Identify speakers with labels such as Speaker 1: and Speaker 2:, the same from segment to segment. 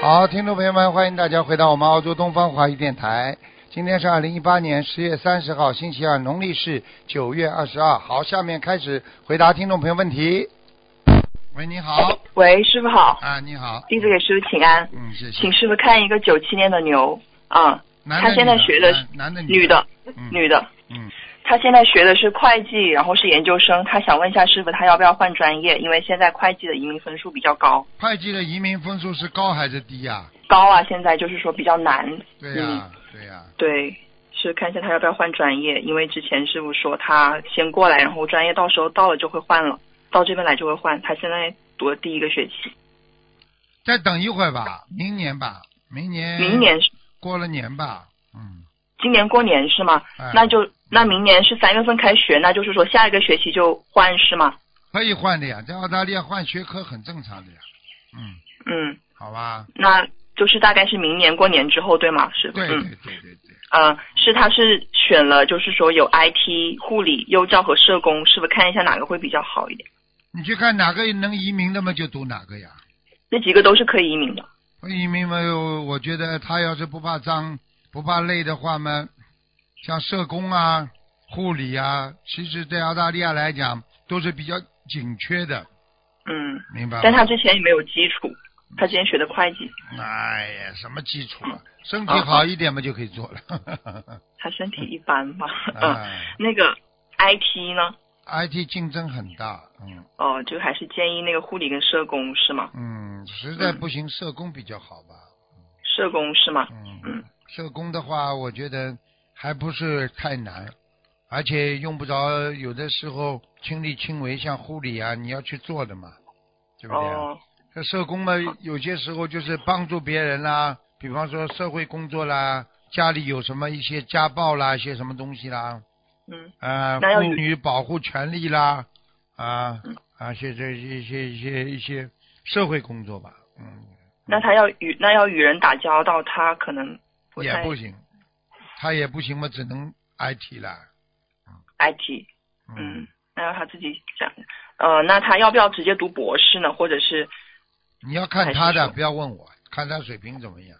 Speaker 1: 好，听众朋友们，欢迎大家回到我们澳洲东方华语电台。今天是二零一八年十月三十号，星期二，农历是九月二十二。好，下面开始回答听众朋友问题。喂，你好，
Speaker 2: 喂，师傅好，
Speaker 1: 啊，你好，
Speaker 2: 弟子给师傅请安，
Speaker 1: 嗯，谢谢
Speaker 2: 请。师傅看一个九七年的牛，啊，
Speaker 1: 男
Speaker 2: 他现在
Speaker 1: 女
Speaker 2: 学的是
Speaker 1: 男男的
Speaker 2: 女
Speaker 1: 的，
Speaker 2: 的，
Speaker 1: 嗯
Speaker 2: 女的，
Speaker 1: 嗯，
Speaker 2: 他现在学的是会计，然后是研究生，他想问一下师傅，他要不要换专业？因为现在会计的移民分数比较高，
Speaker 1: 会计的移民分数是高还是低呀、
Speaker 2: 高啊，现在就是说比较难，
Speaker 1: 对呀、
Speaker 2: 嗯
Speaker 1: 对呀、
Speaker 2: 对，是看一下他要不要换专业，因为之前师傅说他先过来，然后专业到时候到了就会换了，到这边来就会换，他现在读了第一个学期，
Speaker 1: 再等一会儿吧，明年吧，明年，
Speaker 2: 明年是
Speaker 1: 过了年吧，嗯，
Speaker 2: 今年过年是吗？
Speaker 1: 哎
Speaker 2: 那就那明年是三月份开学，那就是说下一个学期就换是吗？
Speaker 1: 可以换的呀，在澳大利亚换学科很正常的呀，嗯，
Speaker 2: 嗯，
Speaker 1: 好吧，
Speaker 2: 那就是大概是明年过年之后对吗？是，
Speaker 1: 对
Speaker 2: 嗯，
Speaker 1: 对对对对，
Speaker 2: 呃，是他是选了就是说有 IT、护理、幼教和社工，是不是看一下哪个会比较好一点？
Speaker 1: 你去看哪个能移民的嘛，就读哪个呀。
Speaker 2: 那几个都是可以移民的。
Speaker 1: 移民嘛，我觉得他要是不怕脏、不怕累的话嘛，像社工啊、护理啊，其实对澳大利亚来讲都是比较紧缺的，
Speaker 2: 嗯，
Speaker 1: 明白吗？
Speaker 2: 但他之前也没有基础，他之前学的会计，
Speaker 1: 哎呀，什么基础啊？身体好一点嘛就可以做了。
Speaker 2: 他身体一般吧。 嗯，
Speaker 1: 啊
Speaker 2: 那个 IT 呢？
Speaker 1: ，IT 竞争很大，嗯
Speaker 2: 哦，就还是建议那个护理跟社工是吗？
Speaker 1: 嗯，实在不行社工比较好吧，
Speaker 2: 社工是吗？
Speaker 1: 嗯
Speaker 2: 嗯，
Speaker 1: 社工的话，我觉得还不是太难，而且用不着有的时候亲力亲为，像护理啊，你要去做的嘛，对不对啊？
Speaker 2: 哦，
Speaker 1: 这社工嘛，有些时候就是帮助别人啦，比方说社会工作啦，家里有什么一些家暴啦，一些什么东西啦，
Speaker 2: 嗯。
Speaker 1: 啊，
Speaker 2: 那要
Speaker 1: 妇
Speaker 2: 有
Speaker 1: 女保护权利啦，啊
Speaker 2: 嗯
Speaker 1: 啊，些这一些一些一些社会工作吧，嗯，
Speaker 2: 那他要与那要与人打交道，他可能不
Speaker 1: 也
Speaker 2: 太
Speaker 1: 不行，他也不行嘛，只能 IT 啦，
Speaker 2: IT。嗯，那要他自己讲。呃，那他要不要直接读博士呢？或者是
Speaker 1: 你要看他
Speaker 2: 还
Speaker 1: 的，
Speaker 2: 是说
Speaker 1: 不要问我，看他水平怎么样。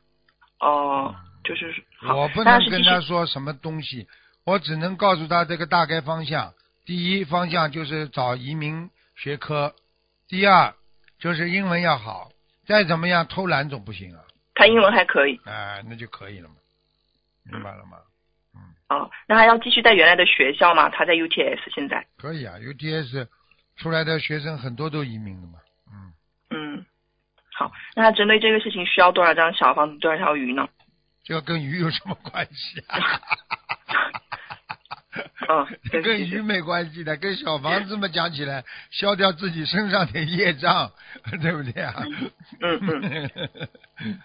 Speaker 2: 哦、就是好，
Speaker 1: 嗯我不
Speaker 2: 那
Speaker 1: 能
Speaker 2: 是
Speaker 1: 跟
Speaker 2: 继续
Speaker 1: 他说什么东西，我只能告诉他这个大概方向。第一方向就是找移民学科，第二就是英文要好，再怎么样偷懒总不行啊，
Speaker 2: 他英文还可以
Speaker 1: 哎、那就可以了嘛，明白了吗？
Speaker 2: 啊、哦那他要继续在原来的学校吗？他在 UTS 现在。
Speaker 1: 可以啊，UTS 出来的学生很多都移民了嘛，嗯，
Speaker 2: 嗯，好，那他针对这个事情需要多少张小房子，多少条鱼呢？
Speaker 1: 这跟鱼有什么关系啊？
Speaker 2: 嗯， 对不
Speaker 1: 跟
Speaker 2: 起
Speaker 1: 鱼没关系的，跟小房子嘛讲起来，消掉自己身上的业障，对不对啊？
Speaker 2: 嗯嗯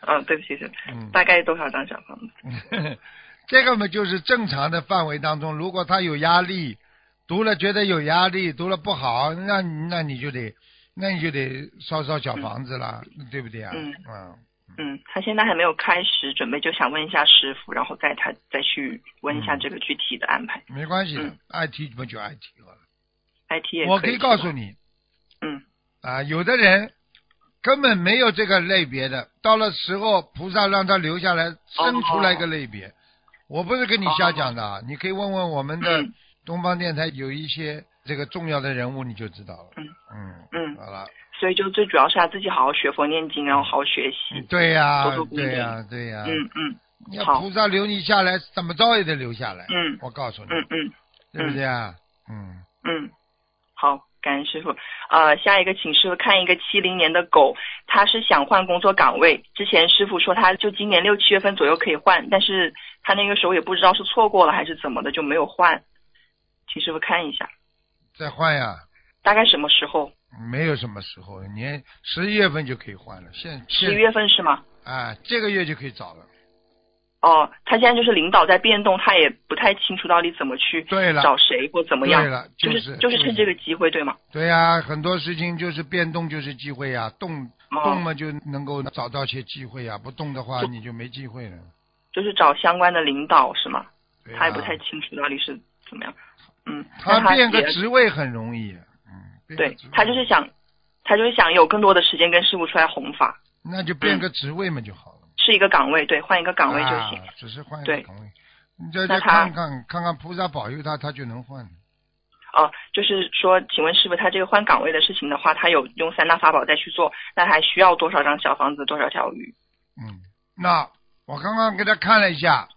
Speaker 2: 嗯，对不起，对不起
Speaker 1: 嗯
Speaker 2: 大概多少张小房子？
Speaker 1: 这个嘛就是正常的范围当中，如果他有压力，读了觉得有压力，读了不好，那你那你就得，那你就得烧烧小房子啦，对不对啊？
Speaker 2: 嗯
Speaker 1: 嗯
Speaker 2: 嗯，他现在还没有开始准备，就想问一下师傅，然后再他再去问一
Speaker 1: 嗯
Speaker 2: 下这个具体的安排。
Speaker 1: 没关系的
Speaker 2: 嗯
Speaker 1: 爱踢嘛就爱踢了。
Speaker 2: IT 也
Speaker 1: 我
Speaker 2: 可
Speaker 1: 可以
Speaker 2: 以是
Speaker 1: 告
Speaker 2: 吧
Speaker 1: 诉你，
Speaker 2: 嗯
Speaker 1: 啊，有的人根本没有这个类别的，到了时候菩萨让他留下来，
Speaker 2: 哦
Speaker 1: 生出来一个类别。我不是跟你瞎讲的，啊，你可以问问我们的
Speaker 2: 嗯
Speaker 1: 东方电台有一些这个重要的人物，你就知道了。
Speaker 2: 嗯
Speaker 1: 嗯
Speaker 2: 嗯
Speaker 1: 好了，，
Speaker 2: 所以就最主要是他自己好好学佛念经，然后好好学习。
Speaker 1: 嗯对呀、
Speaker 2: 多多鼓励
Speaker 1: 对呀、对呀、
Speaker 2: 嗯嗯
Speaker 1: 你要
Speaker 2: 好
Speaker 1: 菩萨留你下来，怎么着也得留下来。
Speaker 2: 嗯
Speaker 1: 我告诉你，
Speaker 2: 嗯嗯
Speaker 1: 对不对啊？嗯，
Speaker 2: 嗯，好，感恩师傅。呃，下一个请师傅看一个七零年的狗，他是想换工作岗位，之前师傅说他就今年六七月份左右可以换，但是他那个时候也不知道是错过了还是怎么的，就没有换。请师傅看一下，
Speaker 1: 再换呀、
Speaker 2: 大概什么时候？
Speaker 1: 没有什么时候，你十一月份就可以换了，现
Speaker 2: 十一
Speaker 1: 现
Speaker 2: 月份是吗？
Speaker 1: 啊，这个月就可以找了。
Speaker 2: 哦，他现在就是领导在变动，他也不太清楚到底怎么去
Speaker 1: 对了，
Speaker 2: 找谁或怎么样
Speaker 1: 对，了，嗯
Speaker 2: 就是就是趁这个。机会对吗？
Speaker 1: 对呀、很多事情就是变动就是机会呀、动
Speaker 2: 哦
Speaker 1: 动嘛就能够找到些机会呀、不动的话
Speaker 2: 就
Speaker 1: 你就没机会了。
Speaker 2: 就是找相关的领导是吗？
Speaker 1: 对呀
Speaker 2: 他也不太清楚到底是怎么样。嗯，那
Speaker 1: 他变个
Speaker 2: 也
Speaker 1: 职位很容易，嗯，变个
Speaker 2: 对
Speaker 1: 职位
Speaker 2: 他就是想，他就是想有更多的时间跟师傅出来弘法。
Speaker 1: 那就变个职位嘛就好了。
Speaker 2: 是一个岗位，对，换一个岗位就行。
Speaker 1: 啊，只是换一个
Speaker 2: 对
Speaker 1: 岗位。你再
Speaker 2: 那
Speaker 1: 再
Speaker 2: 他
Speaker 1: 看看看看菩萨保佑他，他就能换。啊
Speaker 2: 哦，就是说，请问师傅，他这个换岗位的事情的话，他有用三大法宝再去做，那还需要多少张小房子，多少条鱼？
Speaker 1: 嗯，那我刚刚给他看了一下，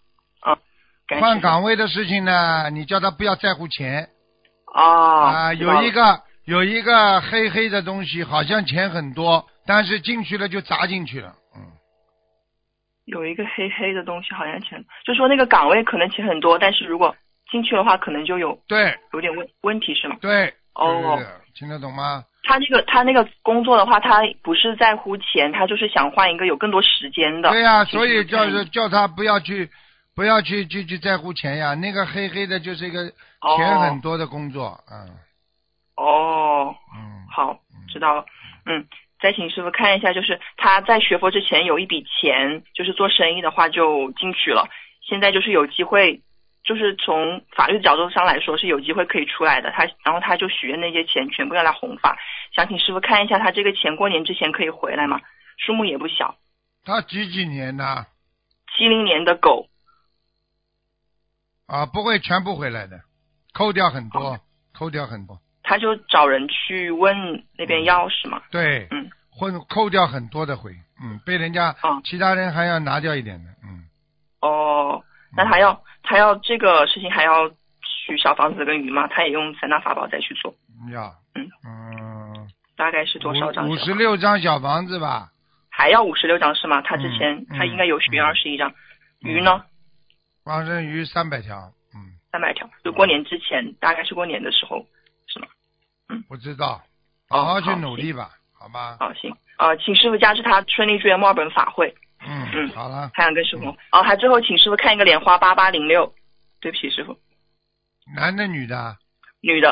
Speaker 2: 感
Speaker 1: 换
Speaker 2: 谢
Speaker 1: 岗位的事情呢，你叫他不要在乎钱
Speaker 2: 哦，
Speaker 1: 啊、
Speaker 2: 知道
Speaker 1: 有一
Speaker 2: 了
Speaker 1: 个有一个黑黑的东西，好像钱很多，但是进去了就砸进去了。嗯，
Speaker 2: 有一个黑黑的东西，好像钱，就说那个岗位可能钱很多，但是如果进去的话，可能就有
Speaker 1: 对
Speaker 2: 有点问问题是吗？
Speaker 1: 对，
Speaker 2: 哦
Speaker 1: 对对对听得懂吗？
Speaker 2: 他那个他那个工作的话，他不是在乎钱，他就是想换一个有更多时间的。
Speaker 1: 对呀、
Speaker 2: 就是
Speaker 1: 所以叫
Speaker 2: 看
Speaker 1: 是叫他不要去，不要去去去在乎钱呀。那个黑黑的就是一个
Speaker 2: 哦
Speaker 1: 钱很多的工作，嗯
Speaker 2: 哦，
Speaker 1: 嗯，
Speaker 2: 好，知道了。嗯，再请师傅看一下，就是他在学佛之前有一笔钱，就是做生意的话就进去了，现在就是有机会，就是从法律角度上来说是有机会可以出来的。他然后他就许愿那些钱全部要来弘法，想请师傅看一下他这个钱过年之前可以回来吗？数目也不小，
Speaker 1: 他几几年的
Speaker 2: 七零年的狗。
Speaker 1: 啊？不会全部回来的，扣掉很多，
Speaker 2: 哦
Speaker 1: 扣掉很多，
Speaker 2: 他就找人去问那边要是吗？
Speaker 1: 对，
Speaker 2: 嗯，
Speaker 1: 混扣掉很多的回，嗯，被人家、
Speaker 2: 哦
Speaker 1: 其他人还要拿掉一点的，嗯，
Speaker 2: 哦，那他要他要这个事情还要取小房子跟鱼吗？他也用三大法宝再去做，
Speaker 1: 要，
Speaker 2: 嗯
Speaker 1: 嗯，
Speaker 2: 大概是多少张
Speaker 1: 五
Speaker 2: 小
Speaker 1: 五
Speaker 2: 房
Speaker 1: 十
Speaker 2: 子？
Speaker 1: 六张小房子吧，
Speaker 2: 还要五十六张是吗？他之前、
Speaker 1: 嗯嗯
Speaker 2: 他应该有许
Speaker 1: 嗯
Speaker 2: 愿二十一张，鱼呢
Speaker 1: 王生鱼三百条，嗯，
Speaker 2: 三百条，就过年之前，大概是过年的时候是吗？
Speaker 1: 不知道，好好去
Speaker 2: 哦好
Speaker 1: 努
Speaker 2: 行
Speaker 1: 力吧，好吧，
Speaker 2: 好，行，呃，请师傅加持他顺利祝愿墨尔本法会，
Speaker 1: 嗯，
Speaker 2: 嗯
Speaker 1: 好了，
Speaker 2: 还想跟师傅，哦，还最后请师傅看一个莲花八八零六，对不起师傅，
Speaker 1: 男的女的啊，
Speaker 2: 女的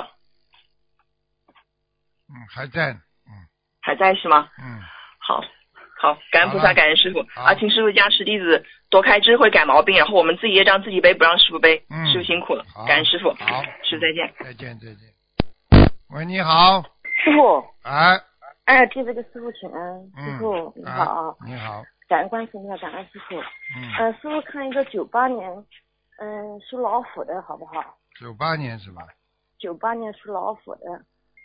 Speaker 1: 嗯，还在呢，
Speaker 2: 还在是吗？
Speaker 1: 嗯，
Speaker 2: 好，好，感恩菩
Speaker 1: 好
Speaker 2: 萨，
Speaker 1: 了
Speaker 2: 感恩师傅
Speaker 1: 好
Speaker 2: 啊，请师傅加持弟子多开智慧，改毛病，然后我们自己业障自己背，不让师傅背，
Speaker 1: 嗯
Speaker 2: 师傅辛苦了
Speaker 1: 好，
Speaker 2: 感恩师傅，
Speaker 1: 好
Speaker 2: 师傅再见。
Speaker 1: 再见再见。喂，你好，
Speaker 3: 师傅，
Speaker 1: 哎，
Speaker 3: 哎，弟子给师傅请安，
Speaker 1: 嗯，
Speaker 3: 师傅你好，
Speaker 1: 啊，你好，
Speaker 3: 感恩关心一下，感恩师傅。
Speaker 1: 嗯，
Speaker 3: 呃，师傅看一个九八年，嗯，属老虎的好不好？
Speaker 1: 九八年是吧？
Speaker 3: 九八年属老虎的，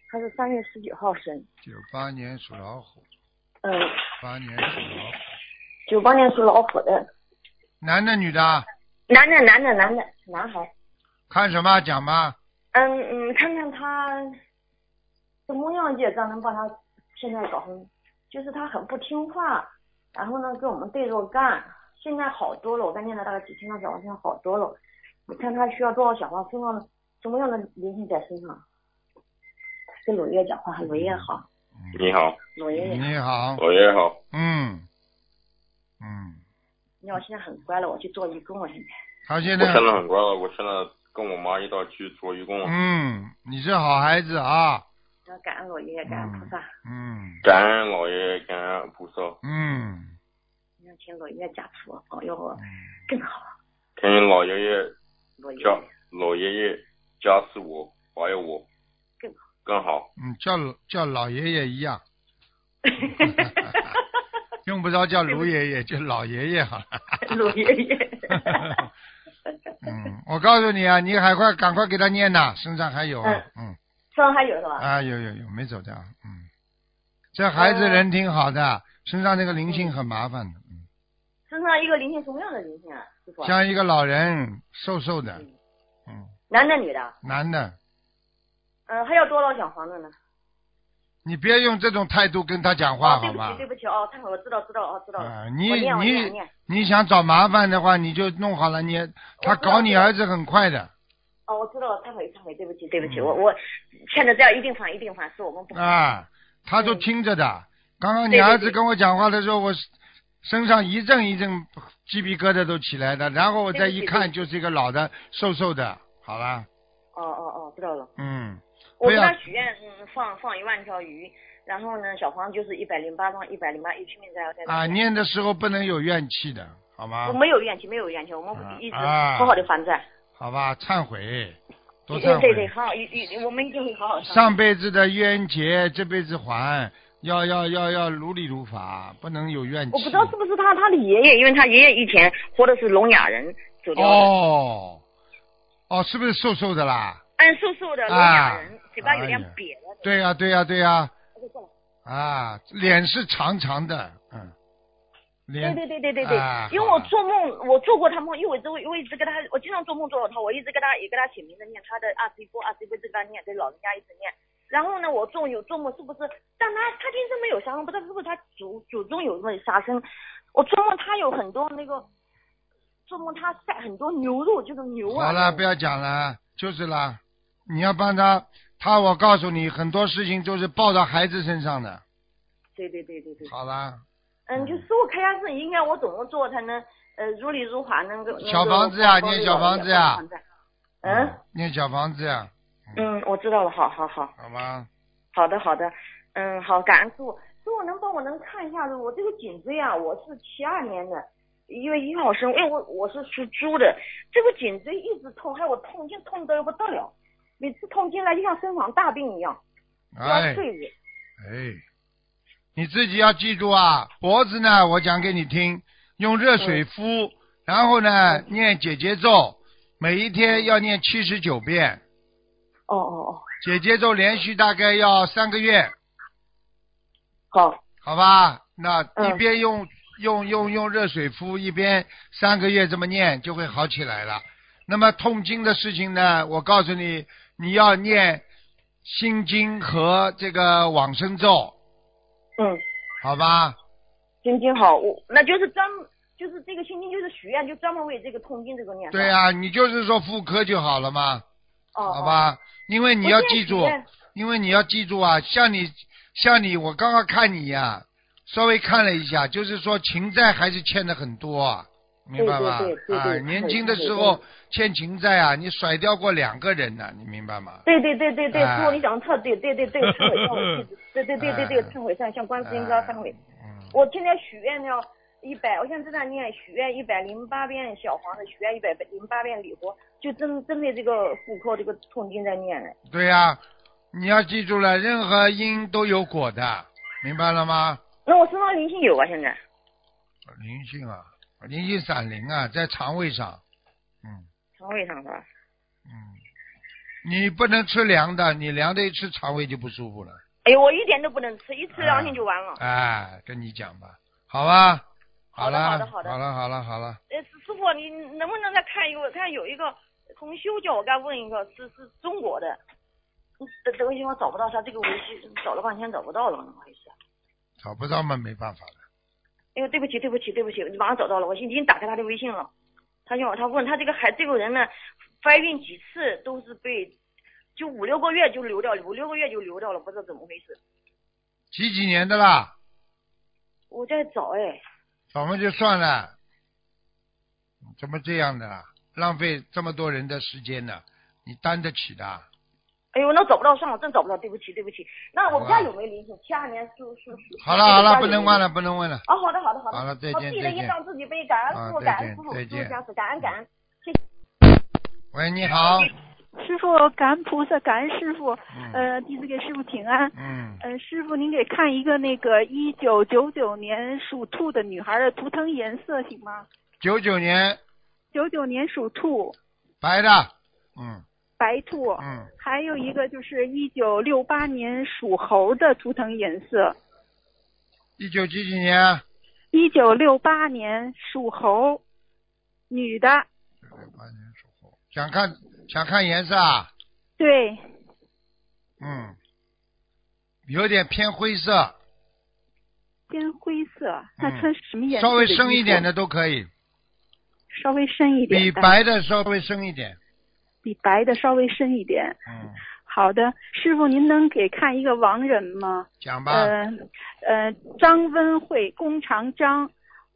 Speaker 3: 他是三月十九号生。
Speaker 1: 九八年属老虎，
Speaker 3: 嗯，
Speaker 1: 八年属老虎，
Speaker 3: 九八年属老虎的，
Speaker 1: 男的女的啊？
Speaker 3: 男的，男的，男的，男孩。
Speaker 1: 看什么讲吗？
Speaker 3: 嗯嗯，看看他什么样业障能帮他现在搞成，就是他很不听话，然后呢跟我们对着干。现在好多了，我刚念了大概几千张小王现在好多了。你看他需要多少小王身上什么样的灵性在身上？跟鲁爷讲话，鲁爷好，
Speaker 4: 你好，
Speaker 3: 鲁爷爷，
Speaker 1: 你好，
Speaker 4: 我也好，
Speaker 1: 嗯，嗯，
Speaker 3: 你看我现在很乖了，我去做义工了，现在。
Speaker 1: 他
Speaker 4: 我
Speaker 1: 现在
Speaker 4: 现，在很乖了，我现在跟我妈一道去做义工了。
Speaker 1: 嗯，你是好孩子啊，
Speaker 3: 要感恩鲁爷爷，感恩菩萨，
Speaker 1: 嗯
Speaker 4: 感恩老爷，感恩菩萨，
Speaker 1: 嗯，
Speaker 3: 你要请鲁爷爷加持我，保佑我更好。
Speaker 4: 感恩老爷爷
Speaker 3: 鲁爷
Speaker 4: 加
Speaker 3: 爷，
Speaker 4: 老爷爷加持我，保佑我
Speaker 3: 更
Speaker 4: 更好。
Speaker 1: 嗯，叫叫老爷爷一 样，用不着叫卢爷爷，叫老爷爷好了。
Speaker 3: 鲁爷 爷。
Speaker 1: 嗯，我告诉你啊，你还快赶快给他念呐，身上还有啊，嗯
Speaker 3: 身上还有是吧？
Speaker 1: 啊有有有没走掉，嗯，这孩子人挺好的，身上那个灵性很麻烦的，嗯，
Speaker 3: 身上一个灵性什么样的灵性啊？师傅啊，
Speaker 1: 像一个老人瘦瘦的，嗯，
Speaker 3: 男的女的？
Speaker 1: 男的，
Speaker 3: 嗯，还要多少小房子呢？
Speaker 1: 你别用这种态度跟他讲话
Speaker 3: 哦对
Speaker 1: 好
Speaker 3: 不
Speaker 1: 吗
Speaker 3: 起，？对不起哦，太好了，知道知道哦，知道了。
Speaker 1: 啊，
Speaker 3: 我
Speaker 1: 你
Speaker 3: 念我念我
Speaker 1: 你
Speaker 3: 念。
Speaker 1: 你想找麻烦的话，你就弄好了，你他
Speaker 3: 我知道
Speaker 1: 搞你儿子很快的
Speaker 3: 哦，我知道了，忏悔忏悔，对不起对不起，
Speaker 1: 嗯
Speaker 3: 我我欠着这样一定还一定还，是我们不好。
Speaker 1: 啊，他都
Speaker 3: 嗯
Speaker 1: 听着的。刚刚你
Speaker 3: 对对
Speaker 1: 儿子
Speaker 3: 对
Speaker 1: 跟我讲话的时候，我身上一阵一阵鸡皮疙瘩都起来的，然后我再
Speaker 3: 对对
Speaker 1: 一
Speaker 3: 对
Speaker 1: 看，就是一个老的瘦瘦的，好了，
Speaker 3: 哦哦哦，知道了。
Speaker 1: 嗯，
Speaker 3: 我
Speaker 1: 对
Speaker 3: 跟
Speaker 1: 呀
Speaker 3: 他许愿，嗯，放放一万条鱼，然后呢，小房子就是一百零八张，一百零八，一拼命在在。
Speaker 1: 啊，念的时候不能有怨气的，好吗
Speaker 3: 我？没有怨气，没有怨气，我
Speaker 1: 啊
Speaker 3: 们一直
Speaker 1: 啊
Speaker 3: 好好的还债。
Speaker 1: 好吧，忏悔，多
Speaker 3: 嗯
Speaker 1: 忏
Speaker 3: 对
Speaker 1: 悔，
Speaker 3: 对，好好，一一我们一定会好好忏悔。
Speaker 1: 上辈子的冤结这辈子还，要要要要如理如法，不能有怨气。
Speaker 3: 我不知道是不是他他的爷爷，因为他爷爷以前活的是聋哑人走掉的，
Speaker 1: 哦，哦，是不是瘦瘦的啦？
Speaker 3: 嗯，瘦瘦的聋哑人，
Speaker 1: 啊
Speaker 3: 嘴巴有点
Speaker 1: 哎呀
Speaker 3: 瘪了。
Speaker 1: 对呀、对呀、对呀、啊，脸是长长的，嗯，脸，
Speaker 3: 对对对对对对，
Speaker 1: 啊
Speaker 3: 因为我做梦，我做过他梦，因为我都我一直跟他，我经常做梦做到他，我一直跟他也跟他写名字念他的二十一波二十一波这个念，给老人家一直念。然后呢，我做有做梦是不是？但他他今生没有杀生，不知道是不是他祖祖宗有那杀生。我做梦他有很多那个，做梦他晒很多牛肉，就是牛啊。
Speaker 1: 好了，不要讲了，就是啦，你要帮他，他我告诉你，很多事情都是报到孩子身上的，
Speaker 3: 对对对对对。
Speaker 1: 好啦，
Speaker 3: 嗯，就师傅开示应该我怎么做才能呃如理如法能够。能够
Speaker 1: 小房子呀
Speaker 3: 帮助
Speaker 1: 念小
Speaker 3: 老人
Speaker 1: 房子
Speaker 3: 家
Speaker 1: 呀
Speaker 3: 帮助老人家嗯，
Speaker 1: 念小房子呀，
Speaker 3: 嗯，我知道了，好好好。
Speaker 1: 好吗？
Speaker 3: 好的，好的，嗯，好，感恩师傅。
Speaker 5: 师傅能帮我能看一下我这个颈椎啊，我是七二年的，
Speaker 3: 一月一号生，因为我我是属猪的，这个颈椎一直痛，还有我痛经痛得不得了，每次痛经来就像生场大病一样，
Speaker 1: 哎
Speaker 3: 睡着。
Speaker 1: 哎，你自己要记住啊，脖子呢，我讲给你听，用热水敷，然后呢念姐姐咒，每一天要念七十九遍。
Speaker 3: 哦哦哦，
Speaker 1: 姐姐咒连续大概要三个月，
Speaker 3: 好，
Speaker 1: 好吧？那
Speaker 3: 嗯
Speaker 1: 一边用、用用用热水敷，一边三个月这么念，就会好起来了。那么痛经的事情呢，我告诉你，你要念心经和这个往生咒，
Speaker 3: 嗯，
Speaker 1: 好吧？
Speaker 3: 心经好，我那就是专就是这个心经就是许愿，就专门为这个痛经这个念。
Speaker 1: 对、呀、你就是说妇科就好了嘛，
Speaker 3: 哦，
Speaker 1: 好吧？因为
Speaker 3: 哦。
Speaker 1: 你要
Speaker 3: 我现在
Speaker 1: 记住
Speaker 3: 许，愿
Speaker 1: 因为你要记住啊，像你像你，我刚刚看你呀、稍微看了一下，就是说情债还是欠的很多啊，明白吧？
Speaker 3: 对对对对
Speaker 1: 啊，
Speaker 3: 对
Speaker 1: 年轻的时候欠情债啊，你甩掉过两个人呢、你明白吗？
Speaker 3: 对对对对对，
Speaker 1: 哎
Speaker 3: 师傅你讲的特对，对对对，忏悔忏悔，对对对对对，忏悔忏悔向观世音菩萨忏悔。
Speaker 1: 嗯，
Speaker 3: 我现在许愿要一百，我现在正在念许愿一百零八遍小黄的，许愿一百零八遍礼佛，就针针对这个妇科这个痛经在念的。
Speaker 1: 对呀、你要记住了，任何因都有果的，明白了吗？
Speaker 3: 那我身上灵性有啊，现在
Speaker 1: 灵性啊，灵性闪灵啊，在肠胃上，嗯
Speaker 3: 肠胃上是啊吧？
Speaker 1: 嗯，你不能吃凉的，你凉的一吃肠胃就不舒服了。
Speaker 3: 哎呦，我一点都不能吃，一吃两天就完了。
Speaker 1: 哎，跟你讲吧，好吧，
Speaker 3: 好的
Speaker 1: 了，
Speaker 3: 好的好的
Speaker 1: 了，好了，好了，
Speaker 3: 呃，师师傅，你能不能再看一个？看有一个同修叫我该问一个，是是中国的。嗯
Speaker 5: 这这个地方找不到他这个维系，找了半天找不到了，怎么回事？
Speaker 1: 找不到嘛，没办法了。
Speaker 3: 哎呦，对不起，对不起，对不起，马上找到了，我已经打开他的微信了。他让我他问他这个孩这个人呢，怀孕几次都是被，就五六个月就流掉了，五六个月就流掉了，不知道怎么回事。
Speaker 1: 几几年的啦？
Speaker 3: 我在找哎，
Speaker 1: 咱们就算了，怎么这样的啦？浪费这么多人的时间呢？你担得起的？
Speaker 3: 哎呦，那找不到，算了，真找不到，对不起，对不起。那我
Speaker 1: 好
Speaker 3: 们
Speaker 1: 吧
Speaker 3: 家有没有灵性？七二年属属属。
Speaker 1: 好了好了，不能问
Speaker 3: 了。
Speaker 1: 了，不能问了。
Speaker 3: 哦，好的好的好的。
Speaker 1: 好了再见
Speaker 3: 我自己的
Speaker 1: 再见
Speaker 3: 业障自己背，感恩师
Speaker 1: 啊
Speaker 3: 傅，
Speaker 1: 再
Speaker 3: 感恩
Speaker 1: 见
Speaker 3: 师傅，
Speaker 1: 再
Speaker 3: 师
Speaker 1: 见
Speaker 3: 傅加持，感恩感恩。
Speaker 1: 喂，你好，
Speaker 6: 师傅，感恩菩萨，感恩师傅，
Speaker 1: 嗯
Speaker 6: 呃，弟子给师傅请安。
Speaker 1: 嗯，
Speaker 6: 呃，师傅，您给看一个那个一九九九年属兔的女孩的图腾颜色行吗？
Speaker 1: 九九年
Speaker 6: 九九年属兔，
Speaker 1: 白的，嗯
Speaker 6: 白兔。
Speaker 1: 嗯，
Speaker 6: 还有一个就是一九六八年属猴的图腾颜色。
Speaker 1: 一九几几年？哎
Speaker 6: 一九六八年属猴，女的，
Speaker 1: 八年属猴。想看想看颜色啊？
Speaker 6: 对，
Speaker 1: 嗯，有点偏灰色，
Speaker 6: 偏灰色。那
Speaker 1: 嗯
Speaker 6: 穿什么颜色？
Speaker 1: 稍微深一点，的都可以。
Speaker 6: 稍微深一点嗯
Speaker 1: 比
Speaker 6: 的，
Speaker 1: 白的稍微深一点。
Speaker 6: 比白的稍微深一点。
Speaker 1: 嗯，
Speaker 6: 好的，师傅，您能给看一个亡人吗？
Speaker 1: 讲吧。
Speaker 6: 呃呃，张温惠，弓长张，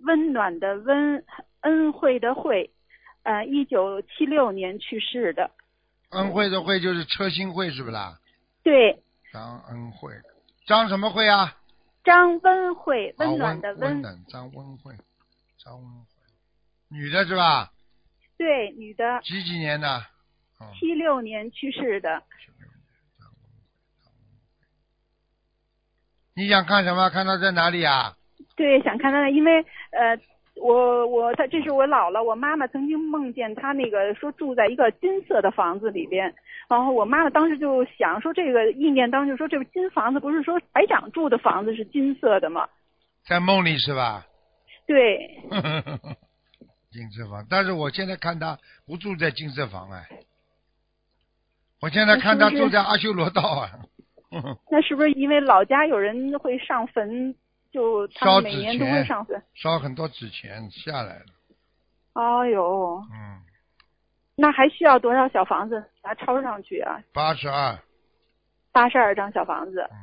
Speaker 6: 温暖的温，恩惠的惠，呃，一九七六年去世的。
Speaker 1: 恩惠的惠就是车薪惠是不啦？
Speaker 6: 对，
Speaker 1: 张恩惠，张什么惠啊？
Speaker 6: 张温惠，
Speaker 1: 啊
Speaker 6: 温
Speaker 1: 温
Speaker 6: 暖的
Speaker 1: 温暖张温惠，张温惠，女的是吧？
Speaker 6: 对，女的，
Speaker 1: 几几年的？嗯，
Speaker 6: 七六年去世的。
Speaker 1: 你想看什么？看他在哪里啊？
Speaker 6: 对，想看他的，因为呃，我我他这是我姥姥，我妈妈曾经梦见他那个说住在一个金色的房子里边，然后我妈妈当时就想说这个意念当时就说这个金房子不是说台长住的房子是金色的吗？
Speaker 1: 在梦里是吧？
Speaker 6: 对，
Speaker 1: 金色房，但是我现在看他不住在金色房哎，我现在看他住在阿修罗道啊，
Speaker 6: 那是不是因为老家有人会上坟，就他
Speaker 1: 烧
Speaker 6: 们每
Speaker 1: 纸
Speaker 6: 年都会
Speaker 1: 钱
Speaker 6: 上坟？
Speaker 1: 烧很多纸钱下来了，
Speaker 6: 哎呦，
Speaker 1: 嗯，
Speaker 6: 那还需要多少小房子把它抄上去啊？
Speaker 1: 八十二，
Speaker 6: 八十二张小房子。
Speaker 1: 嗯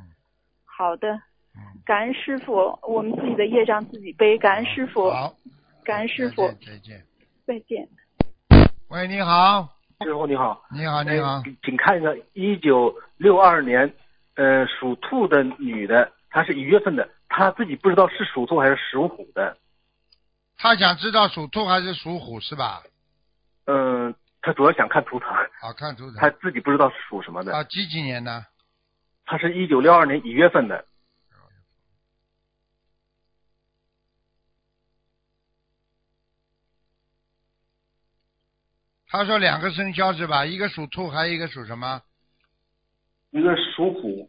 Speaker 6: 好的，
Speaker 1: 嗯，
Speaker 6: 感恩师傅，我们自己的业障自己背。感恩师傅，
Speaker 1: 好，
Speaker 6: 感恩师傅
Speaker 1: 再，见再见。
Speaker 6: 再见。
Speaker 1: 喂，你好，
Speaker 7: 师傅你好，
Speaker 1: 你好，啊你好
Speaker 7: 哎，请看一个一九六二年，呃，属兔的女的，她是一月份的，她自己不知道是属兔还是属虎的，
Speaker 1: 他想知道属兔还是属虎是吧？
Speaker 7: 嗯、她主要想看图腾，
Speaker 1: 好看图
Speaker 7: 她
Speaker 1: 腾。
Speaker 7: 自己不知道是属什么的，
Speaker 1: 嗯啊，几几年呢？
Speaker 7: 她是一九六二年一月份的，
Speaker 1: 他说两个生肖是吧？一个属兔，还有一个属什么？
Speaker 7: 一个属虎，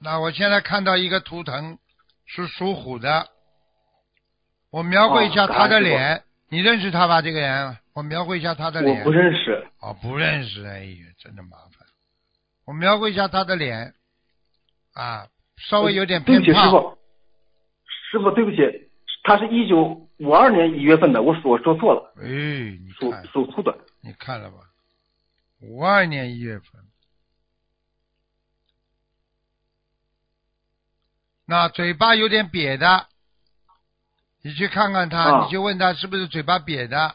Speaker 1: 那我现在看到一个图腾，是属虎的。我描绘一下
Speaker 7: 哦
Speaker 1: 他的
Speaker 7: 感恩师傅
Speaker 1: 脸，你认识他吧？这个人，我描绘一下他的脸。
Speaker 7: 我不认识，
Speaker 1: 哦，不认识，哎呀，真的麻烦。我描绘一下他的脸，啊，稍微有点
Speaker 7: 对
Speaker 1: 偏
Speaker 7: 不起师
Speaker 1: 胖。
Speaker 7: 傅，师傅对不起，她是一九五二年一月份的，我我说错了，
Speaker 1: 哎，你
Speaker 7: 属
Speaker 1: 看，
Speaker 7: 属兔的，
Speaker 1: 你看了吧？五二年一月份，那嘴巴有点瘪的，你去看看他，
Speaker 7: 啊
Speaker 1: 你去问他是不是嘴巴瘪的。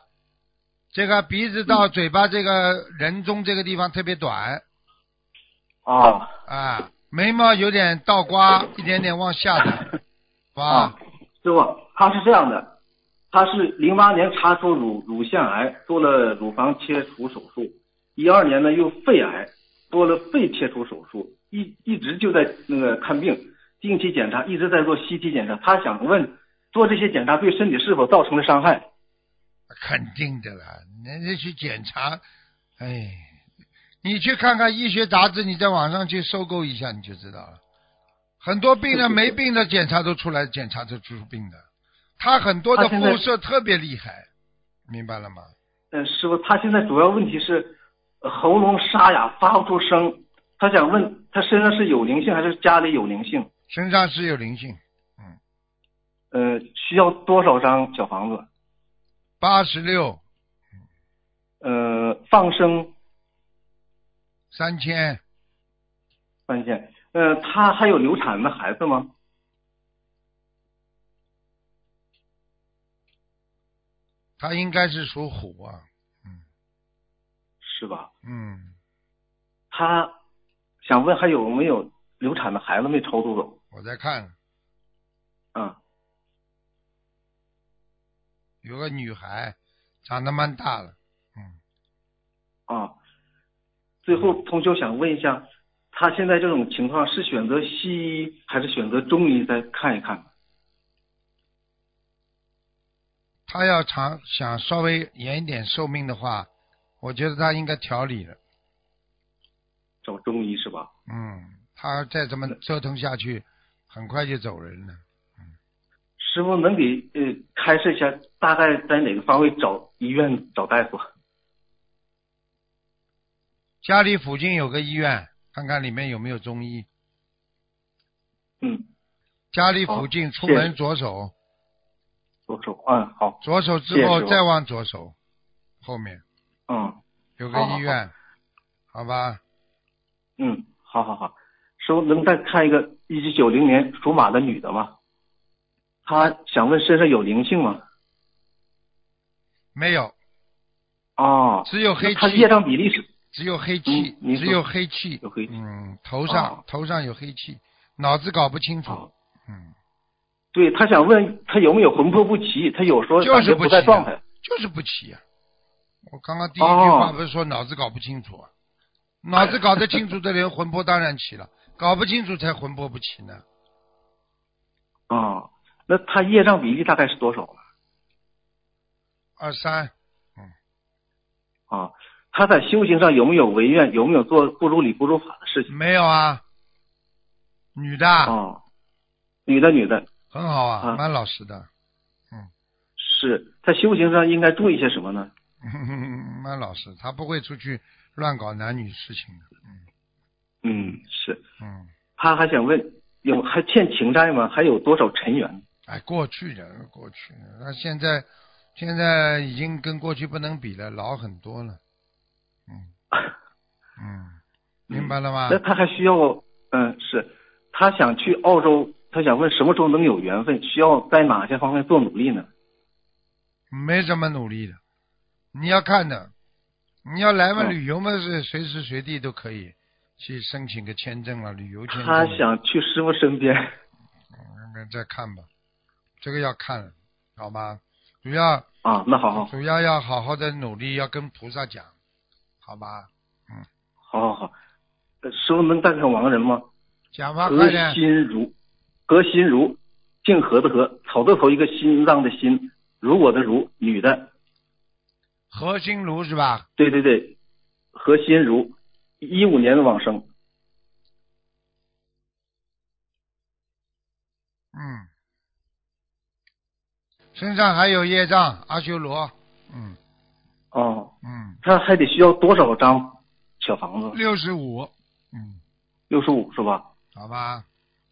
Speaker 1: 这个鼻子
Speaker 7: 嗯
Speaker 1: 到嘴巴这个人中这个地方特别短
Speaker 7: 啊
Speaker 1: 啊，眉毛有点倒刮，一点点往下的，哇
Speaker 7: 啊，师傅，他是这样的，他是零八年查出乳乳腺癌，做了乳房切除手术，一二年呢又肺癌，做了肺切除手术，一一直就在那个看病，定期检查，一直在做 CT 检查。他想问，做这些检查对身体是否造成了伤害？
Speaker 1: 肯定的啦，人家去检查，哎，你去看看医学杂志，你在网上去搜购一下，你就知道了。很多病人没病的检查都出来，检查都出病的。他很多的
Speaker 7: 他现在
Speaker 1: 辐射特别厉害，明白了吗？
Speaker 7: 嗯，师傅，他现在主要问题是呃喉咙沙哑，发不出声。他想问，他身上是有灵性还是家里有灵性？
Speaker 1: 身上是有灵性，
Speaker 7: 呃，需要多少张小房子？
Speaker 1: 八十六
Speaker 7: 呃，放生
Speaker 1: 三千，
Speaker 7: 范先，呃，她还有流产的孩子吗？
Speaker 1: 他应该是属虎啊，
Speaker 7: 是吧？
Speaker 1: 嗯，
Speaker 7: 她想问还有没有流产的孩子没超度走？
Speaker 1: 我在看
Speaker 7: 啊、
Speaker 1: 有个女孩，长得蛮大了，
Speaker 7: 啊！最后，同学想问一下，她现在这种情况是选择西医还是选择中医？再看一看。
Speaker 1: 他要长想稍微延一点寿命的话，我觉得他应该调理了。
Speaker 7: 找中医是吧？
Speaker 1: 嗯，他再这么折腾下去，很快就走人了。
Speaker 7: 师傅能给呃开示一下，大概在哪个方位找医院找大夫？
Speaker 1: 家里附近有个医院，看看里面有没有中医。
Speaker 7: 嗯，
Speaker 1: 家里附近出
Speaker 7: 哦谢谢
Speaker 1: 门左手，
Speaker 7: 左手，嗯，好，
Speaker 1: 左手
Speaker 7: 谢
Speaker 1: 之
Speaker 7: 谢
Speaker 1: 后
Speaker 7: 师傅
Speaker 1: 再往左手，后面
Speaker 7: 嗯
Speaker 1: 有
Speaker 7: 好
Speaker 1: 个
Speaker 7: 好
Speaker 1: 医
Speaker 7: 好
Speaker 1: 院，好吧？
Speaker 7: 嗯，好好好。师傅能再看一个一九九零年属马的女的吗？她想问身上有灵性吗？
Speaker 1: 没有，
Speaker 7: 哦，
Speaker 1: 只有黑
Speaker 7: 那她业
Speaker 1: 气，
Speaker 7: 障比例是
Speaker 1: 只有黑气
Speaker 7: 嗯，你
Speaker 1: 只
Speaker 7: 说
Speaker 1: 有黑气
Speaker 7: 有黑。气
Speaker 1: 嗯，头上
Speaker 7: 哦
Speaker 1: 头上有黑气，脑子搞不清楚
Speaker 7: 哦。
Speaker 1: 嗯，
Speaker 7: 对，她想问她有没有魂魄不齐？她有时候
Speaker 1: 就是
Speaker 7: 感觉
Speaker 1: 不
Speaker 7: 在
Speaker 1: 齐啊
Speaker 7: 状态。哦
Speaker 1: 就是不齐呀。我刚刚第一句话不是说脑子搞不清楚啊？脑子搞得清楚的 人魂魄当然起了，搞不清楚才魂魄不起呢。
Speaker 7: 哦，那他业障比例大概是多少呢？
Speaker 1: 二三，
Speaker 7: 啊，他在修行上有没有违愿？有没有做不如理不如法的事情？
Speaker 1: 没有啊，女的、啊
Speaker 7: 哦，女的女的
Speaker 1: 很好啊，
Speaker 7: 啊
Speaker 1: 蛮老实的，
Speaker 7: 是在修行上应该注意些什么呢？
Speaker 1: 蛮老实，她不会出去乱搞男女事情的。
Speaker 7: 嗯，是。
Speaker 1: 嗯，
Speaker 7: 他还想问，有还欠情债吗？还有多少尘缘？
Speaker 1: 哎，过去的过去的，那现在现在已经跟过去不能比了，老很多了。 嗯嗯，明白了吗
Speaker 7: 那？他还需要，嗯，是，他想去澳洲，他想问什么时候能有缘分？需要在哪些方面做努力呢？
Speaker 1: 没什么努力的，你要看的，你要来嘛，
Speaker 7: 嗯
Speaker 1: 旅游嘛是随时随地都可以去申请个签证了，旅游签证。
Speaker 7: 他想去师傅身边。
Speaker 1: 那再看吧，这个要看，好吗？主要
Speaker 7: 啊，那好好
Speaker 1: 主要要好好的努力，要跟菩萨讲，好吧？
Speaker 7: 好好好，呃师傅能带上亡人吗？
Speaker 1: 讲吧，
Speaker 7: 何
Speaker 1: 快点。
Speaker 7: 心如，何心如，姓何的何，草字头一个心脏的心，如我的如，女的，
Speaker 1: 何心如是吧？
Speaker 7: 对对对，何心如，一五年的往生，
Speaker 1: 嗯，身上还有业障，阿修罗，嗯
Speaker 7: 哦，
Speaker 1: 嗯，
Speaker 7: 他还得需要多少张小房子？
Speaker 1: 六十五，嗯，
Speaker 7: 六十五是吧？
Speaker 1: 好吧，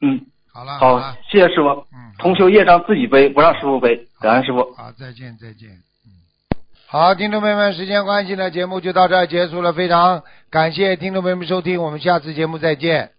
Speaker 7: 嗯，
Speaker 1: 好了，
Speaker 7: 好
Speaker 1: 了，，
Speaker 7: 谢谢师傅。
Speaker 1: 嗯，好
Speaker 7: 同修业障自己背，不让师傅背，感恩师傅。
Speaker 1: 好，再见，再见。嗯，好，听众朋友们，时间关系呢，节目就到这儿结束了。非常感谢听众朋友们收听，我们下次节目再见。